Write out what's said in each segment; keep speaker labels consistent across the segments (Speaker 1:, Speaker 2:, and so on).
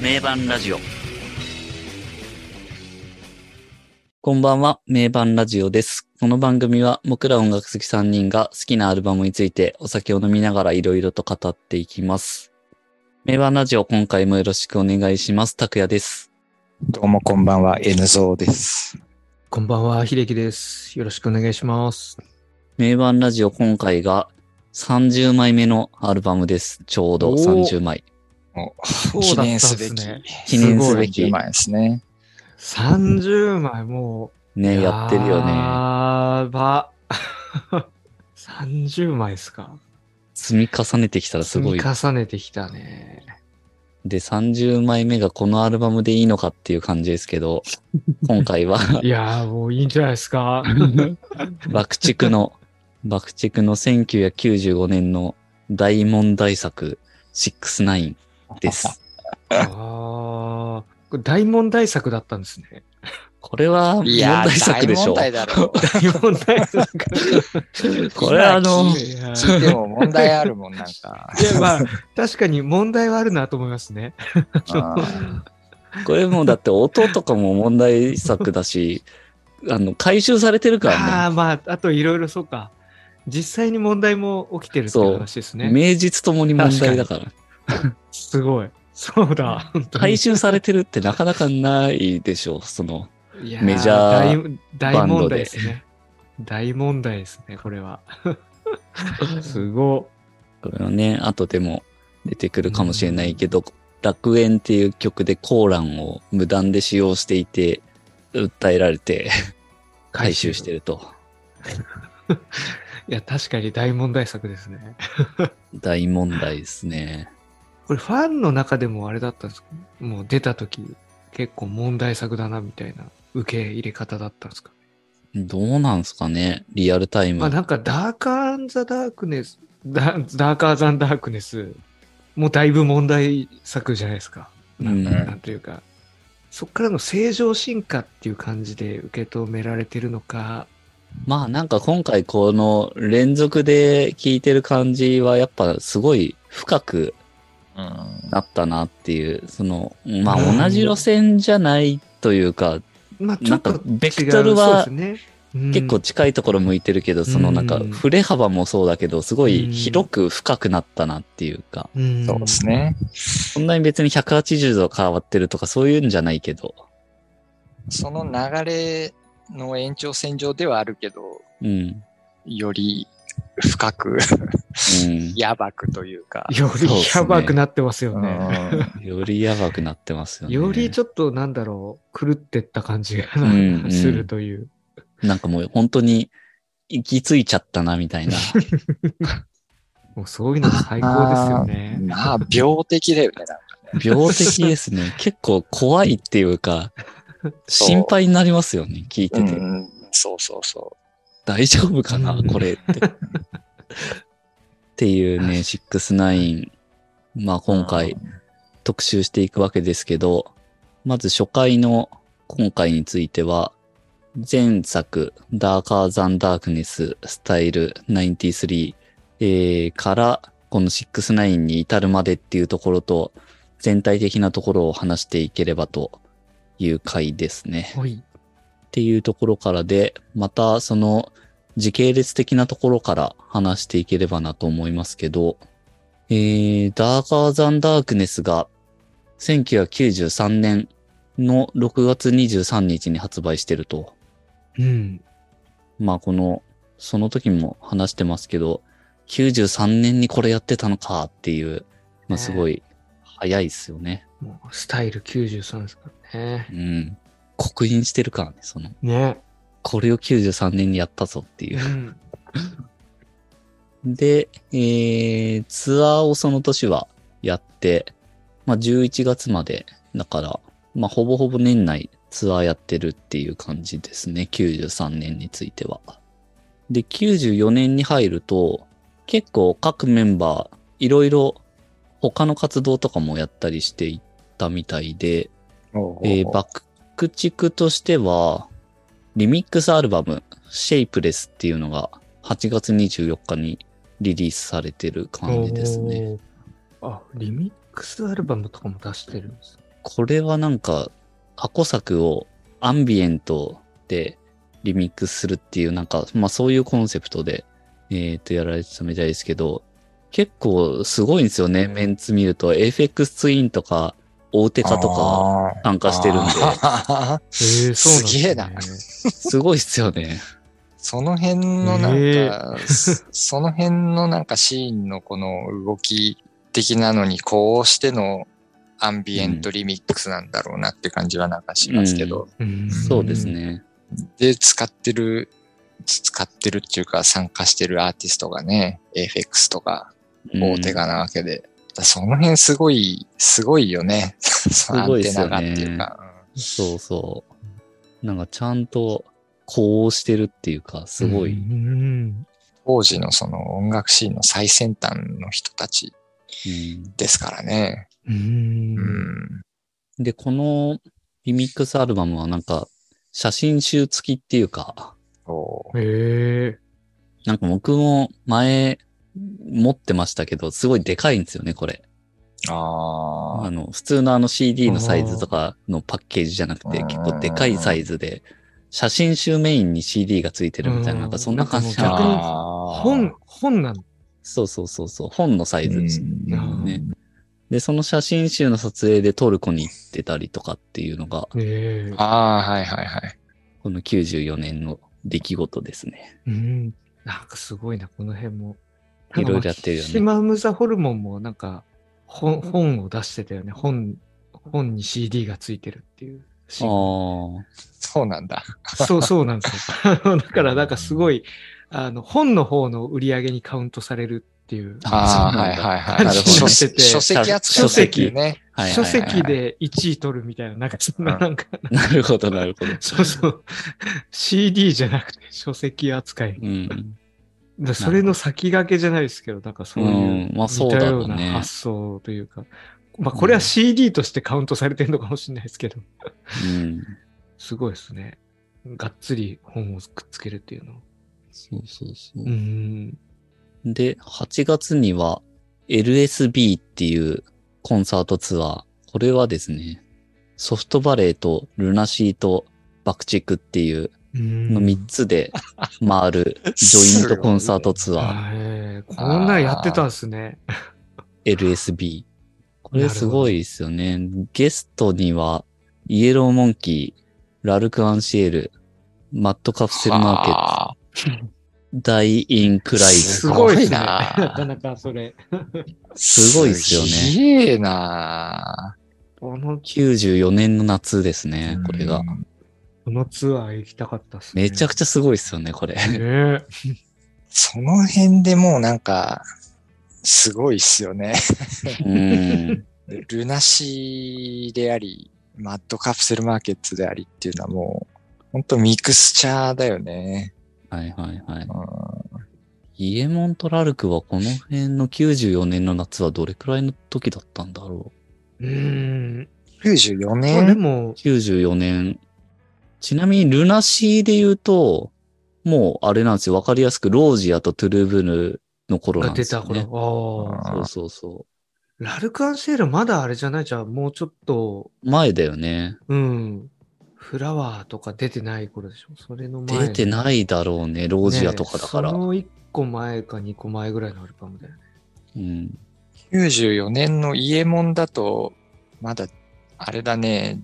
Speaker 1: 名盤ラジオ。こんばんは、名盤ラジオです。この番組は僕ら音楽好き3人が好きなアルバムについてお酒を飲みながらいろいろと語っていきます。名盤ラジオ今回もよろしくお願いします。拓也です。
Speaker 2: どうもこんばんは、N ゾーです。
Speaker 3: こんばんは、秀樹です。よろしくお願いします。
Speaker 1: 名盤ラジオ今回が30枚目のアルバムです。ちょうど
Speaker 3: おー
Speaker 1: 30枚。
Speaker 3: そう
Speaker 2: 記
Speaker 3: だったん
Speaker 2: 念
Speaker 3: ですす
Speaker 2: べき
Speaker 3: ね。
Speaker 1: 記念すべ
Speaker 2: 10
Speaker 1: き。
Speaker 2: 枚ですね。
Speaker 3: 30枚もう。
Speaker 1: ね、やってるよね。
Speaker 3: やーば。30枚ですか。
Speaker 1: 積み重ねてきたらす
Speaker 3: 積
Speaker 1: ごい
Speaker 3: み。重ねてきたね。
Speaker 1: で、30枚目がこのアルバムでいいのかっていう感じですけど、今回は
Speaker 3: いやー、もういいんじゃないですか。
Speaker 1: 爆竹の、爆竹の1995年の大問題作69です。
Speaker 3: あーこれ大問題作だったんですね。
Speaker 1: これは問
Speaker 2: いや
Speaker 1: 題
Speaker 2: ー、
Speaker 1: 作
Speaker 2: 大
Speaker 1: でしょ
Speaker 2: 問。題だろう。
Speaker 3: 大問題作。
Speaker 1: これ はあの
Speaker 2: 今聞い
Speaker 3: いや
Speaker 2: 聞い
Speaker 3: ー
Speaker 2: ても問題あるもんなんか。
Speaker 3: いや、まあ、確かに問題はあるなと思いますね。
Speaker 2: あ
Speaker 1: これもうだって音とかも問題作だし、 あの、回収されてるから
Speaker 3: ああ、まあ、あといろいろそうか。実際に問題も起きてるって
Speaker 1: そう
Speaker 3: 話です
Speaker 1: ね。
Speaker 3: ね。
Speaker 1: 名実ともに問題だから。
Speaker 3: すごい。そうだ。本当に
Speaker 1: 回収されてるってなかなかないでしょう。その、
Speaker 3: いや
Speaker 1: メジャー
Speaker 3: 大
Speaker 1: バ
Speaker 3: 大
Speaker 1: ンドで
Speaker 3: 問題ですね。大問題ですね、これは。 すご
Speaker 1: これはね、後でも出てくるかもしれないけど、楽園っていう曲でコーランを無断で使用していて、訴えられ て
Speaker 3: い。
Speaker 1: 回収してると。
Speaker 3: いや、確かに大問題作ですね。
Speaker 1: 大問題ですね。
Speaker 3: これ、ファンの中でもあれだったんですかもう出た時結構問題作だな、みたいな受け入れ方だったんですか
Speaker 1: どうなんすかねリアルタイム。
Speaker 3: まあなんかダークアンザダークネス、ダダーカーザンダークネス、もうだいぶ問題作じゃないですか。なん
Speaker 1: う
Speaker 3: か
Speaker 1: ん
Speaker 3: なんというか、そっからの正常進化っていう感じで受け止められてるのか、
Speaker 1: まあなんか今回この連続で聴いてる感じはやっぱすごい深く
Speaker 2: ーうん
Speaker 1: なったなっていう、その、ま
Speaker 3: うん
Speaker 1: あ同じ路線じゃないというか、
Speaker 3: まあちょっと違
Speaker 1: なん
Speaker 3: う
Speaker 1: かベクトルは
Speaker 3: そうですねうん
Speaker 1: 結構近いところ向いてるけど、そのなんか
Speaker 3: うん
Speaker 1: 振れ幅もそうだけど、すごい
Speaker 3: うん
Speaker 1: 広く深くなったなっていうか、
Speaker 3: うん
Speaker 2: そうですね。
Speaker 1: そんなに別に180度変わってるとかそういうんじゃないけど、
Speaker 2: その流れの延長線上ではあるけど、
Speaker 1: うん。
Speaker 2: より深く、
Speaker 1: うん。
Speaker 2: やばくというか。
Speaker 3: より
Speaker 1: そうですね
Speaker 3: やばくなってますよ
Speaker 2: う
Speaker 3: ね。
Speaker 2: ん
Speaker 1: よりやばくなってますよね。
Speaker 3: よりちょっとなんだろう、狂ってった感じが
Speaker 1: んうん
Speaker 3: するという。
Speaker 1: なんかもう本当に行き着いちゃったなみたい な。
Speaker 3: もうそういうの最高ですよね。
Speaker 2: まあ、病的だよね。なんか
Speaker 1: 病的ですね。結構怖いっていうか、
Speaker 2: そう
Speaker 1: 心配になりますよね、聞いてて。
Speaker 2: うん、そうそうそ
Speaker 1: 大丈夫かな、
Speaker 3: うん
Speaker 1: これ って。っていうね、69。まあ
Speaker 2: う。
Speaker 1: 今回。特集していくわけですけど、まず初回の今回については、前作、ダーカーザンダークネス、スタイル93、えー、から、この69に至るまでっていうところと、全体的なところを話していければという回ですね。
Speaker 3: ほい。
Speaker 1: っていうところからで、またその時系列的なところから話していければなと思いますけど、えー、ダーカーザンダークネスが1993年の6月23日に発売してると。
Speaker 3: うん。
Speaker 1: まあこの、その時も話してますけど、93年にこれやってたのかっていう、まあすごい早いですよね。
Speaker 3: もうスタイル93ですからね。
Speaker 1: うん。刻印してるからね、その、
Speaker 3: ね。
Speaker 1: これを93年にやったぞっていう
Speaker 3: う。ん。
Speaker 1: で、えー、ツアーをその年はやって、まあ、11月まで、だから、まあ、ほぼほぼ年内ツアーやってるっていう感じですね。93年については。で、94年に入ると、結構各メンバー、いろいろ他の活動とかもやったりしていったみたいで、えー、バックチクとしては、リミックスアルバム、シェイプレスっていうのが8月24日にリリースされてる感じですね。
Speaker 3: おー。あ、リミックスアルバムとかも出してるんです。
Speaker 1: これはなんか、過去作をアンビエントでリミックスするっていう、なんか、まあそういうコンセプトで、えっ、と、やられてたみたいですけど、結構すごいんですよね、メンツ見ると。FX ツインとか、大手化とか
Speaker 2: か
Speaker 1: 参加してるんで、
Speaker 3: えーそうなんです
Speaker 2: げえな。
Speaker 3: す
Speaker 1: すごいっすよ ね。
Speaker 2: その辺のなんか、
Speaker 3: え
Speaker 2: その辺のなんかシーンのこの動き的なのに、こうしてのアンビエントリミックスなんだろうなって感じはなんかしますけど、
Speaker 3: ねん
Speaker 1: そうですね。
Speaker 2: で、使ってる、使ってるっていうか参加してるアーティストがね、AFX とか、
Speaker 1: うん
Speaker 2: 大手がなわけで、その辺すごい、すごいよね。 そのア
Speaker 1: ごい
Speaker 2: ン
Speaker 1: で
Speaker 2: テ
Speaker 1: すよ
Speaker 2: ナ
Speaker 1: ね
Speaker 2: がっていうか。うん
Speaker 1: そうそう。なんかちゃんと、こうしてるっていうか、すごい。
Speaker 3: う
Speaker 1: うん
Speaker 3: ん
Speaker 2: 当時のその音楽シーンの最先端の人たちですからね。
Speaker 3: うん
Speaker 2: うん。
Speaker 1: で、このリミックスアルバムはなんか、写真集付きっていうか、
Speaker 2: そ
Speaker 3: え
Speaker 1: なんか僕も前持ってましたけど、すごいでかいんですよね、これ。
Speaker 2: う。あ
Speaker 1: あ
Speaker 2: あ。
Speaker 1: の、普通のあの CD のサイズとかのパッケージじゃなくて、
Speaker 2: あー
Speaker 1: 結構でかいサイズで、写真集メインに CD が付いてるみたいな、
Speaker 3: うん
Speaker 1: なんかそんな感じ
Speaker 3: なんかもう逆に
Speaker 1: な。
Speaker 2: あー
Speaker 3: 本、本なん
Speaker 1: そうそうそうそう、本のサイズです
Speaker 2: うん
Speaker 1: ね。で、その写真集の撮影でトルコに行ってたりとかっていうのが、
Speaker 3: ええ
Speaker 2: ああ、はいはいはい。
Speaker 1: この94年の出来事ですね。
Speaker 3: うんなんかすごいな、この辺も。
Speaker 1: いろいろやってるよね
Speaker 3: シマムザホルモンもなんか本本を出してたよね。本、本に CD がついてるっていうシ
Speaker 1: ああ
Speaker 3: ーン。
Speaker 1: ー、
Speaker 2: そうなんだ。
Speaker 3: そう、そうなんですよ。 あのだからなんかすごい、あの、本の方の売り上げにカウントされるっていう。
Speaker 2: ああ、
Speaker 1: そう
Speaker 2: は
Speaker 1: ないんだ
Speaker 2: はいはい。
Speaker 1: なるほど
Speaker 2: 書籍書籍扱いされてるね。
Speaker 1: はいはいはい、
Speaker 3: 書籍で1位取るみたいな、なんかそんな、
Speaker 2: うん
Speaker 3: なんか、
Speaker 1: なるほど、なるほど。
Speaker 3: そうそう。CD じゃなくて書籍扱い。
Speaker 1: うん。
Speaker 3: だそれの先駆けじゃないですけど、なんかそういうう、
Speaker 1: んまあそう
Speaker 3: 似
Speaker 1: だ
Speaker 3: た
Speaker 1: ろ
Speaker 3: よ
Speaker 1: う
Speaker 3: う
Speaker 1: ね
Speaker 3: な発想というか、まあこれは CD としてカウントされてるのかもしれないですけど、
Speaker 1: うん。
Speaker 3: すごいですね。がっつり本をくっつけるっていうの。
Speaker 1: そうそうそうう。
Speaker 3: ん。
Speaker 1: で、8月には LSB っていうコンサートツアー。これはですね、ソフトバレーとルナシーとバクチクっていう
Speaker 3: うん
Speaker 1: の3つで回るジョイントコンサートツアー。
Speaker 3: あえーこんなんやってたんですね。
Speaker 1: LSB。これすごいですよね。ゲストには、イエローモンキー、ラルク・アンシエル、マット・カプセル・マーケッ
Speaker 2: はあ
Speaker 1: ト、ダイ・イン・クライ
Speaker 2: す
Speaker 1: ズ。
Speaker 2: ごいな
Speaker 3: ですねなかなかそれ。
Speaker 1: すごいっすよね
Speaker 2: すげえな
Speaker 3: この、
Speaker 1: 94年の夏ですね、これが。
Speaker 3: このツアー行きたかったっすね。
Speaker 1: めちゃく
Speaker 3: ち
Speaker 1: ちゃすごいですよね、これ。
Speaker 3: ゃ。ね
Speaker 2: その辺でもうなんか、すごいっすよね。
Speaker 1: うん。
Speaker 2: ルナシーであり、マッドカプセルマーケットでありっていうのはもう、ほんとミクスチャーだよね。
Speaker 1: はいはいはい。
Speaker 2: うん
Speaker 1: イエモンとラルクはこの辺の94年の夏はどれくらいの時だったんだろ
Speaker 3: うん。
Speaker 2: 94
Speaker 3: まあで
Speaker 2: 年
Speaker 3: も
Speaker 1: う。、94年。ちなみにルナシーで言うと、もうあれなんですよ。わかりやすくロージアとトゥルーブルーの頃
Speaker 3: が
Speaker 1: なんで
Speaker 3: 出
Speaker 1: すよ
Speaker 3: た
Speaker 1: ね。
Speaker 3: 頃。ああ。
Speaker 1: そうそうそ
Speaker 3: ラルクアンシェールまだあれじゃないじゃあもうちょっと、
Speaker 1: う。前だよね。
Speaker 3: うん。フラワーとか出てない頃でしょそれの前。
Speaker 1: 出てないだろうね。ロージアとかだから。
Speaker 3: ねえその1個前か2個前ぐらいのアルバムだよね。
Speaker 1: うん。
Speaker 2: 94年のイエモンだと、まだ、あれだね、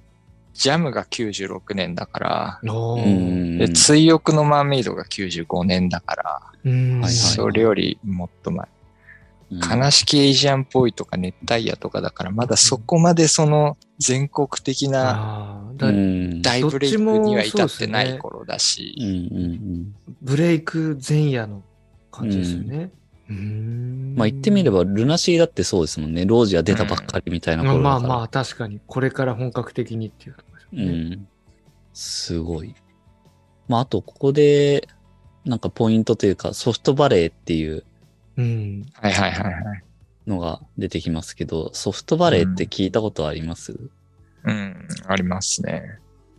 Speaker 2: ジャムが96年だから、
Speaker 3: お
Speaker 1: う
Speaker 3: ー
Speaker 1: ん
Speaker 2: で、追憶のマーメイドが95年だから、
Speaker 3: うん。
Speaker 1: はい
Speaker 2: それよりもっと前。悲しきエイジアンっぽいとか熱帯夜とかだから、まだそこまでその全国的な
Speaker 3: ああ。だ
Speaker 1: うん。
Speaker 2: 大ブレイクには至ってな
Speaker 3: どっちもそうですね
Speaker 2: い頃だし、
Speaker 1: うんうん
Speaker 3: ブレイク前夜の感じですよね。
Speaker 1: う
Speaker 3: うー。
Speaker 1: んん。まあ言ってみれ
Speaker 3: ば。
Speaker 1: ば、ルナシーだってそうですもんね。ロージア出たばっかりみたいな
Speaker 3: まあ
Speaker 1: 頃だ
Speaker 3: ま
Speaker 1: か
Speaker 3: あ
Speaker 1: ら。
Speaker 3: まあ、確かに。これから本格的にっていうところです
Speaker 1: う
Speaker 3: よね。
Speaker 1: ん。すごい。まあ、あと、ここで、なんかポイントというか、ソフトバレーっていう
Speaker 3: うん。
Speaker 2: はいはいはいはい。
Speaker 1: のが出てきますけど、ソフトバレーって聞いたことあります、
Speaker 2: うん、ありますね。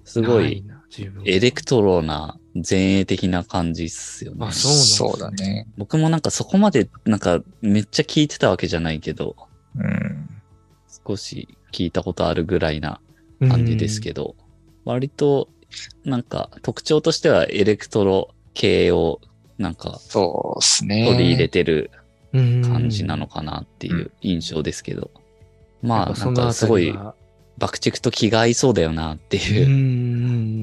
Speaker 1: すご、
Speaker 3: ないな、自分
Speaker 1: エレクトロな、前衛的な感じっすよね
Speaker 3: あ。そうなんで
Speaker 2: そう
Speaker 3: すね
Speaker 2: だね。
Speaker 1: 僕もなんかそこまで、なんかめっちゃ聞いてたわけじゃないけど、
Speaker 2: うん。
Speaker 1: 少し聞いたことあるぐらいな感じですけど、割となんか特徴としてはエレクトロ系をなんか
Speaker 2: そうですね。
Speaker 1: 取り入れてる
Speaker 3: うん
Speaker 1: 感じなのかなっていう印象ですけど、
Speaker 3: やっ
Speaker 1: ま
Speaker 3: ぱ
Speaker 1: あな
Speaker 3: そ
Speaker 1: ん
Speaker 3: の
Speaker 1: か
Speaker 3: あ
Speaker 1: す
Speaker 3: た
Speaker 1: ご
Speaker 3: り
Speaker 1: い
Speaker 3: は
Speaker 1: 爆竹と気が合いそうだよなって
Speaker 3: う
Speaker 1: いう
Speaker 3: んう
Speaker 1: うん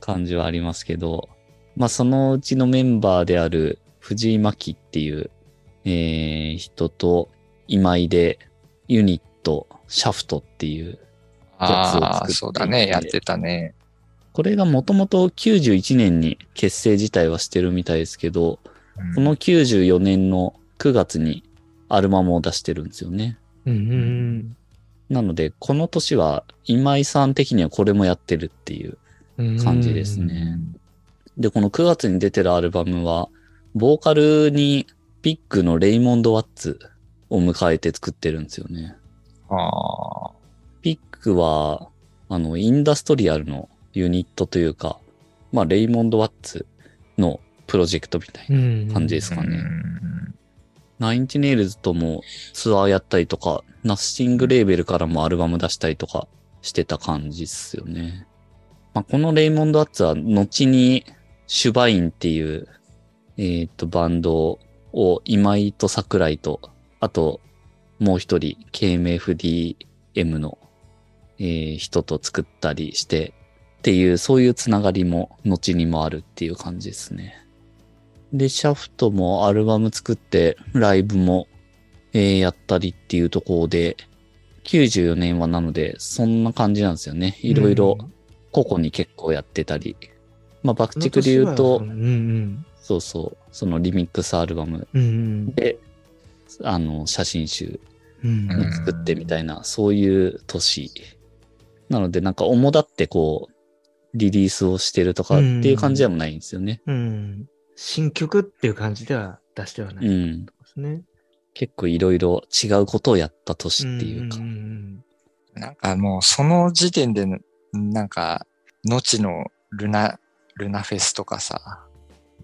Speaker 1: 感じはありますけど、まあそのうちのメンバーである藤井真希っていう、えー人と今井でユニットシャフトっていう
Speaker 2: あ
Speaker 1: やつを作っ
Speaker 2: あ、
Speaker 1: ていて
Speaker 2: そうだね。やってたね。
Speaker 1: これがもともと91年に結成自体はしてるみたいですけど、
Speaker 2: うん
Speaker 1: この94年の9月にアルバムを出してるんですよね。
Speaker 3: うんうん
Speaker 1: なので、この年は今井さん的にはこれもやってるっていう。
Speaker 3: うん
Speaker 1: 感じですね。で、この9月に出てるアルバムは、ボーカルにピックのレイモンド・ワッツを迎えて作ってるんですよね。
Speaker 2: ああ、
Speaker 1: ピックは、あの、インダストリアルのユニットというか、まあ、レイモンド・ワッツのプロジェクトみたいな
Speaker 3: うん
Speaker 1: 感じですかね。
Speaker 2: うん
Speaker 1: ナインチネイルズともツアーやったりとか、ナッシングレーベルからもアルバム出したりとかしてた感じっすよね。まあ、このレイモンド・アッツは後にシュバインっていう、えーっと、バンドを今井と桜井と、あともう一人 KMFDM の、えー人と作ったりしてっていう、そういうつながりも後にもあるっていう感じですね。で、シャフトもアルバム作って、ライブも、えーやったりっていうところで、94年はなので、そんな感じなんですよね。いろいろ個々に結構やってたり。まあ、爆竹で言うと
Speaker 3: うん、うん
Speaker 1: そうそう、そのリミックスアルバム
Speaker 3: うんうん
Speaker 1: で、あの、写真集
Speaker 3: うん
Speaker 2: うん
Speaker 1: 作ってみたいな、そういう年。なので、なんか、主だってこう、リリースをしてるとかっていう感じでもないんですよね。
Speaker 3: うん新曲っていう感じでは出してはな
Speaker 1: う
Speaker 3: いで
Speaker 1: ん。
Speaker 3: すね。
Speaker 1: 結構いろいろ違うことをやった年っていうか。
Speaker 3: んん
Speaker 2: なんかもうその時点で、なんか、後のルナ、ルナフェスとかさ、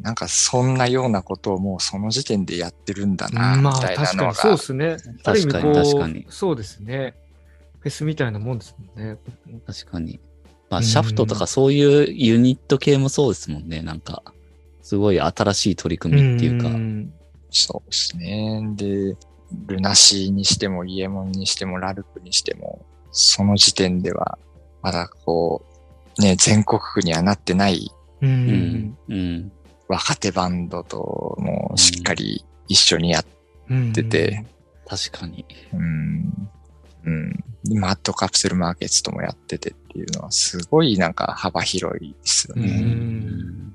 Speaker 2: なんかそんなようなことをもうその時点でやってるんだな、
Speaker 3: ま
Speaker 2: み
Speaker 3: あ
Speaker 2: たいな
Speaker 3: 確か
Speaker 2: の
Speaker 3: にそう
Speaker 2: が
Speaker 3: で。すね。ある意
Speaker 1: 確
Speaker 3: 味
Speaker 1: か
Speaker 3: こ
Speaker 1: に
Speaker 3: う
Speaker 1: 確かに。
Speaker 3: そうですね。フェスみたいなもんですもんね。
Speaker 1: 確かに。まあ、
Speaker 3: うん
Speaker 1: シャフトとかそういうユニット系もそうですもんね。なんか、すごい新しい取り組みっていうか。
Speaker 3: ん
Speaker 2: そうですね。で、ルナシーにしても、イエモンにしても、ラルクにしても、その時点では、まだこう、ね、全国区にはなってない
Speaker 3: うん
Speaker 1: うん。うん。
Speaker 2: 若手バンドと、もうしっかり一緒にやっ
Speaker 3: うん
Speaker 2: てて、
Speaker 1: 確かに。
Speaker 2: うん、うん。マッドカプセルマーケットともやっててっていうのは、すごいなんか幅広いですよ
Speaker 1: う
Speaker 2: ね。
Speaker 1: ん。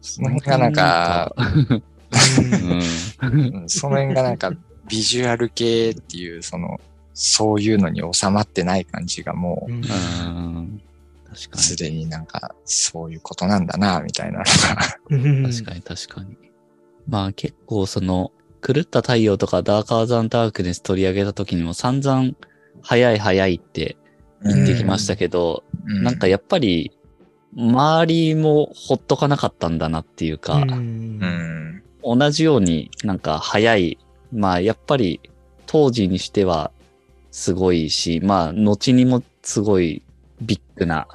Speaker 1: そ
Speaker 2: の辺がなんか、
Speaker 1: うん。
Speaker 2: うんその辺がなんか、ビジュアル系っていう、その、そういうのに収まってない感じがもう、
Speaker 3: うん
Speaker 1: うん確か
Speaker 2: すでになんか、そういうことなんだな、みたいなのが。
Speaker 3: うん
Speaker 1: に。確かに確かに。まあ結構その、狂った太陽とかダーカーザンダークネス取り上げた時にも散々早い早いって 言ってきましたけど、
Speaker 2: う
Speaker 1: なんか、やっぱり、周りもほっとかなかったんだなっていうか、
Speaker 3: うん
Speaker 2: うん。
Speaker 1: 同じようになんか早い、まあやっぱり当時にしてはすごいし、まあ後にもすごいビッグな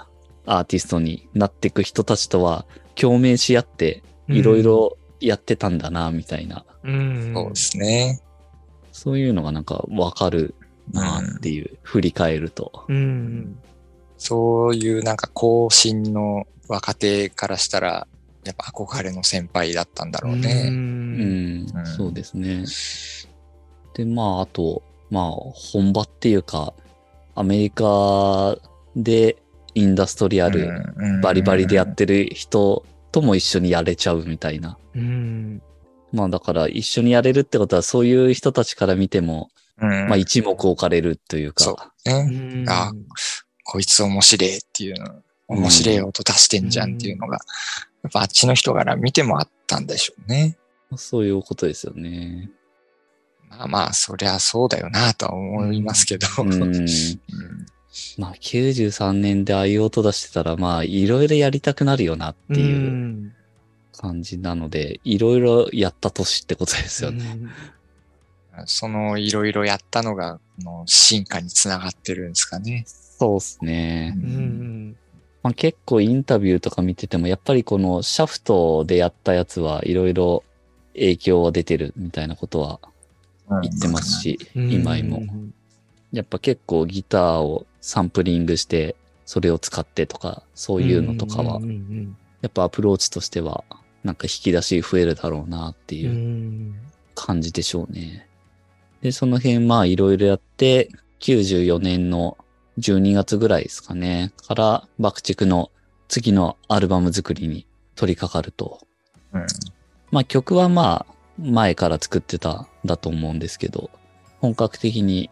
Speaker 1: アーティストになっていく人たちとは共鳴し合っていろいろやってたんだなみたいな、
Speaker 3: うん
Speaker 2: そうですね。
Speaker 1: そういうのがなんかわかるなっていう、振り返ると。
Speaker 3: うん
Speaker 2: そういうなんか、後進の若手からしたら、やっぱ憧れの先輩だったんだろう
Speaker 3: う
Speaker 2: ね。
Speaker 1: うんん
Speaker 2: うん、
Speaker 1: そうですね。で、まあ、あと、まあ、本場っていうか、アメリカでインダストリアル、
Speaker 2: うん
Speaker 1: バリバリでやってる人とも一緒にやれちゃうみたいな。
Speaker 3: うん
Speaker 1: まあ、だから一緒にやれるってことは、そういう人たちから見ても、
Speaker 2: うん
Speaker 1: まあ、一目置かれるという
Speaker 2: そう
Speaker 1: か、
Speaker 2: ね。
Speaker 3: うん
Speaker 2: あこいつ面白いっていうの、面白い音出してんじゃんっていうのが、やっぱあっちの人から見てもあったんでしょうね。
Speaker 1: そういうことですよね。
Speaker 2: まあまあ、そりゃそうだよなとは思いますけど。
Speaker 1: うん。
Speaker 2: うん
Speaker 1: まあ、93年でああいう音出してたら、まあ、いろいろやりたくなるよなっていう。
Speaker 3: ん
Speaker 1: 感じなので、いろいろやった年ってことですよね。
Speaker 3: うん
Speaker 2: そのいろいろやったのがの進化につながってるんですかね。
Speaker 1: そうですね。
Speaker 3: うんうん。
Speaker 1: まあ、結構インタビューとか見てても、やっぱりこのシャフトでやったやつはいろいろ影響は出てるみたいなことは
Speaker 2: うん
Speaker 1: 言ってます。し、
Speaker 3: うん
Speaker 1: 今井も。やっぱ結構ギターをサンプリングして、それを使ってとか、そういうのとかは
Speaker 3: うんう、ん
Speaker 1: やっぱアプローチとしては、なんか引き出し増えるだろうなって
Speaker 3: うんう
Speaker 1: い
Speaker 3: ん。う
Speaker 1: うん感じでしょうね。で、その辺まあいろいろやって、94年の12月ぐらいですかね、から爆竹の次のアルバム作りに取り掛かると。
Speaker 2: うん
Speaker 1: まあ曲はまあ前から作ってたんだと思うんですけど、本格的に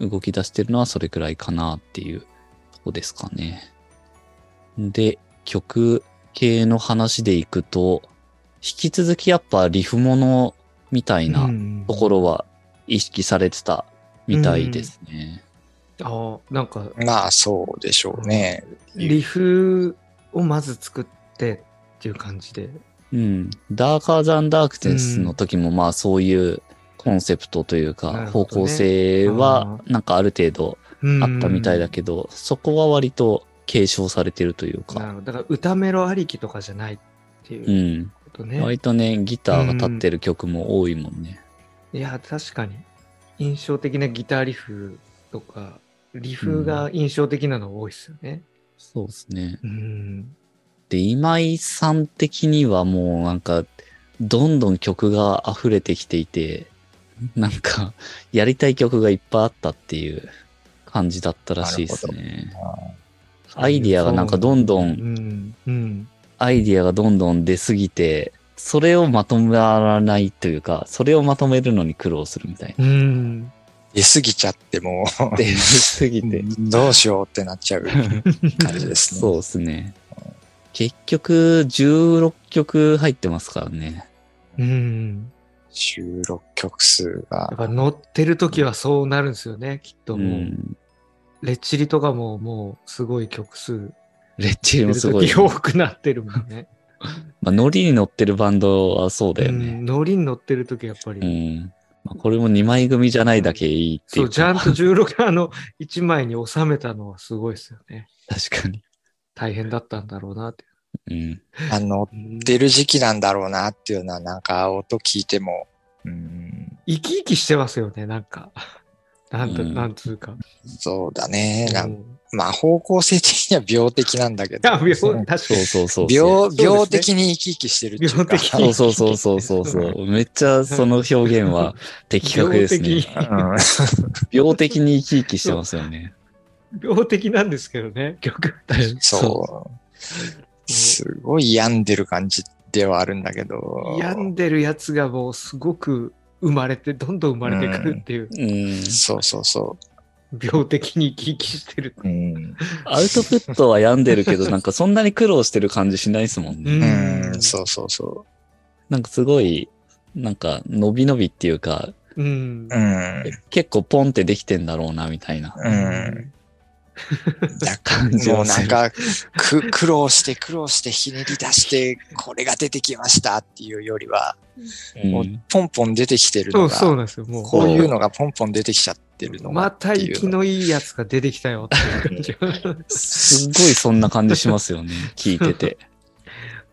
Speaker 1: 動き出してるのはそれくらいかなっていうとこですかね。で、曲系の話でいくと、引き続きやっぱリフものみたいなところは意識されてたみたいですね。
Speaker 3: ああ、なんか、
Speaker 2: まあそうでしょうね。
Speaker 3: リフをまず作ってっていう感じで。
Speaker 1: うん。ダーカーザンダークテスの時もまあそういうコンセプトという
Speaker 3: な
Speaker 1: か
Speaker 3: るほ
Speaker 1: 方
Speaker 3: どね
Speaker 1: 向性はなんかある程度
Speaker 3: うん
Speaker 1: あったみたいだけど、そこは割と継承されてるという
Speaker 3: なる
Speaker 1: か、。
Speaker 3: ほどだから歌メロありきとかじゃないっていううんことね。
Speaker 1: 割とね、ギターが立ってる曲も多いもんね。
Speaker 3: いや、確かに。印象的なギターリフとか、リフが印象的なの多いですよね。
Speaker 1: そうですね。
Speaker 3: うん。
Speaker 1: で、今井さん的にはもうなんか、どんどん曲が溢れてきていて、なんか、やりたい曲がいっぱいあったっていう感じだったらしいですね。アイディアがなんかどんど、
Speaker 3: うんん。うん。
Speaker 1: アイディアがどんどん出すぎて、それをまとめらないというか、それをまとめるのに苦労するみたいな。
Speaker 3: うん。
Speaker 2: 出過ぎちゃっても
Speaker 1: 出すぎて。
Speaker 2: う、どうしようってなっちゃう感じですね。
Speaker 1: そうですね。結局、16曲入ってますからね。
Speaker 3: うん。
Speaker 2: 収録曲数が
Speaker 3: やっ。ぱ乗ってる時はそうなるんですよね、きっと
Speaker 1: う
Speaker 3: もう。
Speaker 1: ん。
Speaker 3: レッチリとかももうすごい曲数。
Speaker 1: レッチリ
Speaker 3: 乗
Speaker 1: も
Speaker 3: って
Speaker 1: す
Speaker 3: る
Speaker 1: ごい、
Speaker 3: 時多くなってるもんね。
Speaker 1: まあ、ノリに乗ってるバンドはそうだよね。
Speaker 3: うん乗りに乗ってる時はやっぱり。
Speaker 1: うん。まあ、これも2枚組じゃないだけいいってい
Speaker 3: そうう、ジャン
Speaker 1: か。
Speaker 3: と16、あの、1枚に収めたのはすごいですよね。
Speaker 1: 確かに。
Speaker 3: 大変だったんだろうなって。
Speaker 1: うん。
Speaker 2: あの、
Speaker 3: うん
Speaker 2: 出る時期なんだろうなっていうのは、なんか音聞いても、うん、
Speaker 3: 生き生きしてますよね、なんか。 なんと、
Speaker 1: うん
Speaker 3: なんつうか。
Speaker 2: そうだね。なん
Speaker 3: うんい
Speaker 2: まあ方向性的には病的なんだけど
Speaker 3: や、。病、確か
Speaker 1: そうそうそうそう。
Speaker 2: 病、
Speaker 3: ね
Speaker 2: 病的に生き生きしてるっていうか。
Speaker 3: 病的
Speaker 1: そうそうそうそうそうそう。めっちゃその表現は的確ですね。
Speaker 3: 病
Speaker 1: 病
Speaker 3: 的
Speaker 2: う ん
Speaker 1: 的に生き生きしてますよね。
Speaker 3: に、病的なんですけどね、曲。
Speaker 2: そう。すごい病んでる感じではあるんだけど。
Speaker 3: 病んでるやつがもうすごく生まれて、どんどん生まれてくるっていう、
Speaker 1: う。うん。
Speaker 2: そうそうそ
Speaker 3: 病的に生き生きしてる。
Speaker 2: う。うん。
Speaker 1: アウトプットは病んでるけど、なんかそんなに苦労してる感じしないですもんね。
Speaker 2: うん、そうそうそ
Speaker 1: なんかすごい、なんか伸び伸びっていうか、
Speaker 3: う。うん
Speaker 2: う。う。ん。
Speaker 1: 結構ポンってできてんだろうな、みたいな
Speaker 2: うん。だか
Speaker 1: 感じ
Speaker 2: ら、も
Speaker 1: は
Speaker 2: う
Speaker 1: す
Speaker 2: な
Speaker 1: る
Speaker 2: んか、く、苦労して苦労してひねり出して、これが出てきましたっていうよりは、
Speaker 1: うん
Speaker 2: もうポンポン出てきてる
Speaker 3: そ
Speaker 2: の
Speaker 3: う、そう
Speaker 2: が、
Speaker 3: なんですよ、もう。
Speaker 2: こういうのがポンポン出てきちゃってるのが
Speaker 3: ま
Speaker 2: って
Speaker 3: た
Speaker 2: いう
Speaker 3: 息のいいやつが出てきたよっていう 感じ。
Speaker 1: すごいそんな感じしますよね、聞いてて。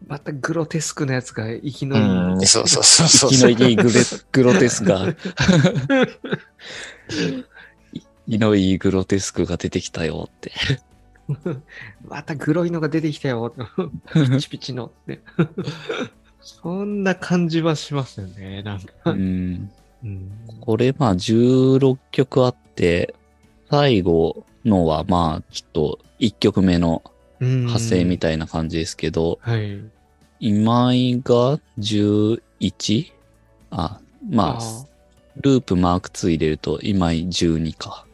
Speaker 3: またグロテスクなやつが息のいい。
Speaker 2: うん、そうそうそうそう。
Speaker 1: 息のいいグレグロテスク が。息のいいグロテスクが出てきたよって。
Speaker 3: またグロいのが出てき たよ。ピチピチのって。そんな感じはしますよね、なんか。
Speaker 1: うん
Speaker 3: うん
Speaker 1: これまあ16曲あって、最後のはまあちょっと1曲目の派生みたいな感じですけど、
Speaker 3: はい。
Speaker 1: 今井が 11? あ、まあ、
Speaker 3: ー
Speaker 1: ループマーク2入れると今井12か。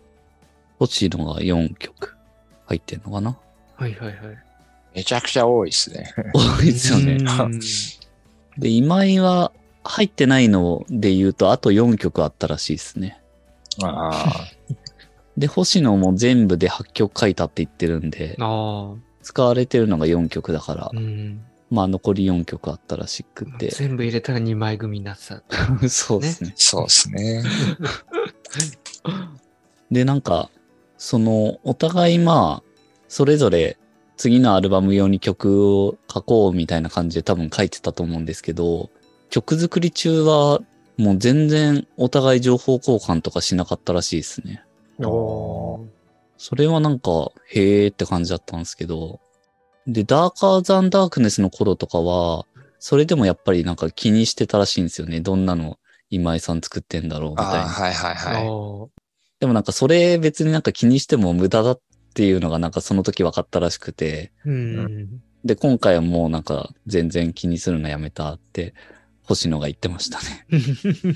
Speaker 1: 星野が4曲入ってんのかな
Speaker 3: はいはいはい。
Speaker 2: めちゃくちゃ多いですね。
Speaker 1: 多いですよね。
Speaker 3: うん
Speaker 1: で、今井は入ってないので言うとあと4曲あったらしいですね。
Speaker 2: あ
Speaker 1: で、星野も全部で8曲書いたって言ってるんで、
Speaker 3: あ
Speaker 1: 使われてるのが4曲だから
Speaker 3: あ、、うん。
Speaker 1: まあ残り4曲あったらしくて。
Speaker 3: 全部入れたら2枚組になってた。
Speaker 1: そうですね。
Speaker 2: そうですね。
Speaker 1: で、なんか、その、お互いまあ、それぞれ次のアルバム用に曲を書こうみたいな感じで多分書いてたと思うんですけど、曲作り中はもう全然お互い情報交換とかしなかったらしいですね。
Speaker 3: おー
Speaker 1: それはなんか、へーって感じだったんですけど、で、ダーカーザンダークネスの頃とかは、それでもやっぱりなんか気にしてたらしいんですよね。どんなの今井さん作ってんだろうみ
Speaker 2: あ
Speaker 1: たい
Speaker 2: あ、
Speaker 1: な。
Speaker 2: はいはいはい。
Speaker 3: お
Speaker 1: でもなんかそれ別になんか気にしても無駄だっていうのがなんかその時分かったらしくて、
Speaker 3: ーうん。
Speaker 1: で、今回はもうなんか全然気にするのやめたって星野が言ってましたね。